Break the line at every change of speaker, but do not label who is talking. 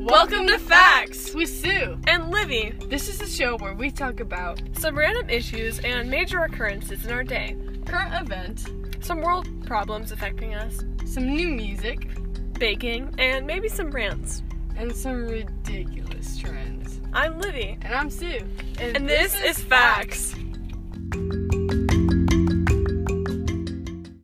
Welcome to Facts
with Sue.
and Livy,
This is the show where we talk about
some random issues and major occurrences in our day,
current events,
some world problems affecting us,
some new music,
baking, and maybe some rants.
and some ridiculous trends.
I'm Livy,
And I'm Sue.
and this, is Facts.